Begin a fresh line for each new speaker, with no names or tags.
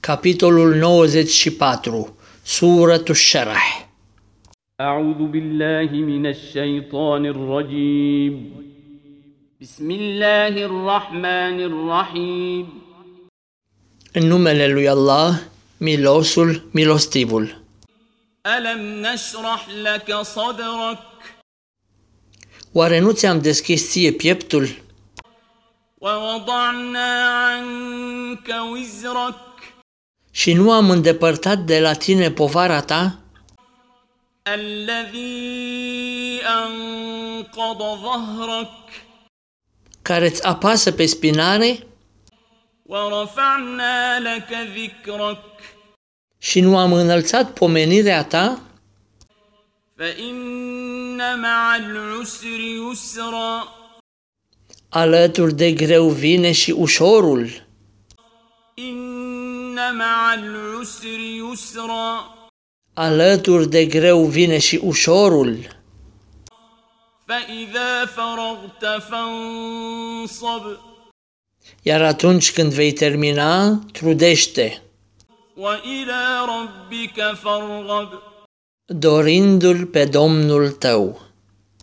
Capitolul 94. Suratul Sharah.
أعوذ بالله من الشيطان الرجيم بسم الله الرحمن الرحيم
În numele lui Allah, milosul, milostivul.
ألم نشرح لك صدرك
Oare nu ți-am deschis ție pieptul?
ووضعنا عنك وزرك
Și nu am îndepărtat de la tine povara ta?
الذي أنقض ظهرك
Care îți apasă pe spinare?
ورفعنا لك ذكرك
Și nu am înălțat pomenirea ta?
فإن مع العسر يسرا
Alături de greu vine și ușorul.
إن مع العسر يسرا
Alături de greu vine și ușorul.
فإذا فرغت فانصب
Iar atunci când vei termina, trudește,
وإلى ربك فارغب
dorindu-l pe Domnul tău.